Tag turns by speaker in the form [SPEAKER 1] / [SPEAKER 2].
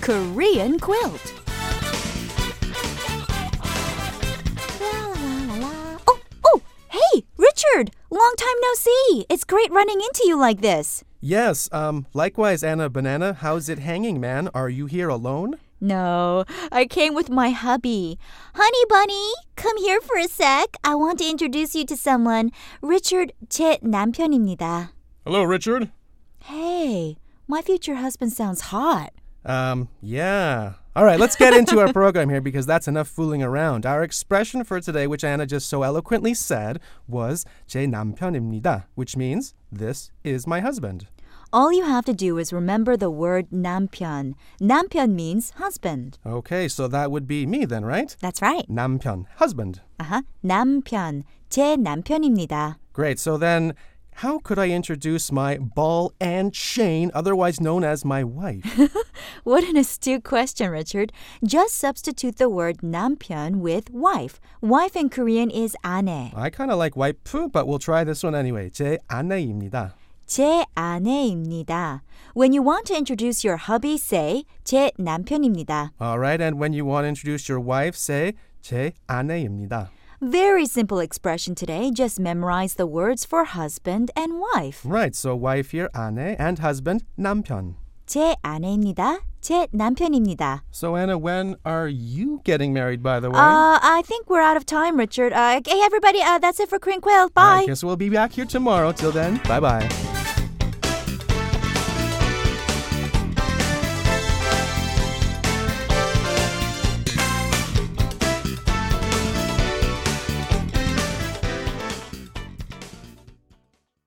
[SPEAKER 1] Korean quilt.
[SPEAKER 2] La la la la.
[SPEAKER 1] Oh, oh, hey, Richard! Long time no see. It's great running into you like this.
[SPEAKER 3] Yes, um, likewise, Anna Banana. How's it hanging, man? Are you here alone?
[SPEAKER 1] No, I came with my hubby.
[SPEAKER 2] Honey bunny, come here for a sec. I want to introduce you to someone. Richard, 제 남편입니다.
[SPEAKER 4] Hello, Richard.
[SPEAKER 1] Hey, my future husband sounds hot.
[SPEAKER 3] Um, yeah. All right, let's get into our program here because that's enough fooling around. Our expression for today, which Anna just so eloquently said, was 제 남편입니다, which means this is my husband.
[SPEAKER 1] All you have to do is remember the word 남편. 남편 means husband.
[SPEAKER 3] Okay, so that would be me then, right?
[SPEAKER 1] That's right.
[SPEAKER 3] 남편, husband.
[SPEAKER 1] Uh-huh. 남편. 제 남편입니다.
[SPEAKER 3] Great. So then, how could I introduce my ball and chain, otherwise known as my wife?
[SPEAKER 1] What an astute question, Richard. Just substitute the word 남편 with wife. Wife in Korean is 아내.
[SPEAKER 3] I kind of like waifu, but we'll try this one anyway. 제 아내입니다.
[SPEAKER 1] 제 아내입니다. When you want to introduce your hubby, say 제 남편입니다.
[SPEAKER 3] All right, and when you want to introduce your wife, say 제 아내입니다.
[SPEAKER 1] Very simple expression today. Just memorize the words for husband and wife.
[SPEAKER 3] Right, so wife here, 아내, and husband, 남편.
[SPEAKER 1] 제 아내입니다. 제 남편입니다.
[SPEAKER 3] So Anna, when are you getting married, by the way?
[SPEAKER 1] Uh, I think we're out of time, Richard. Uh, hey, everybody, uh, that's it for Korean Quail. Bye.
[SPEAKER 3] I guess we'll be back here tomorrow. Till then, bye bye.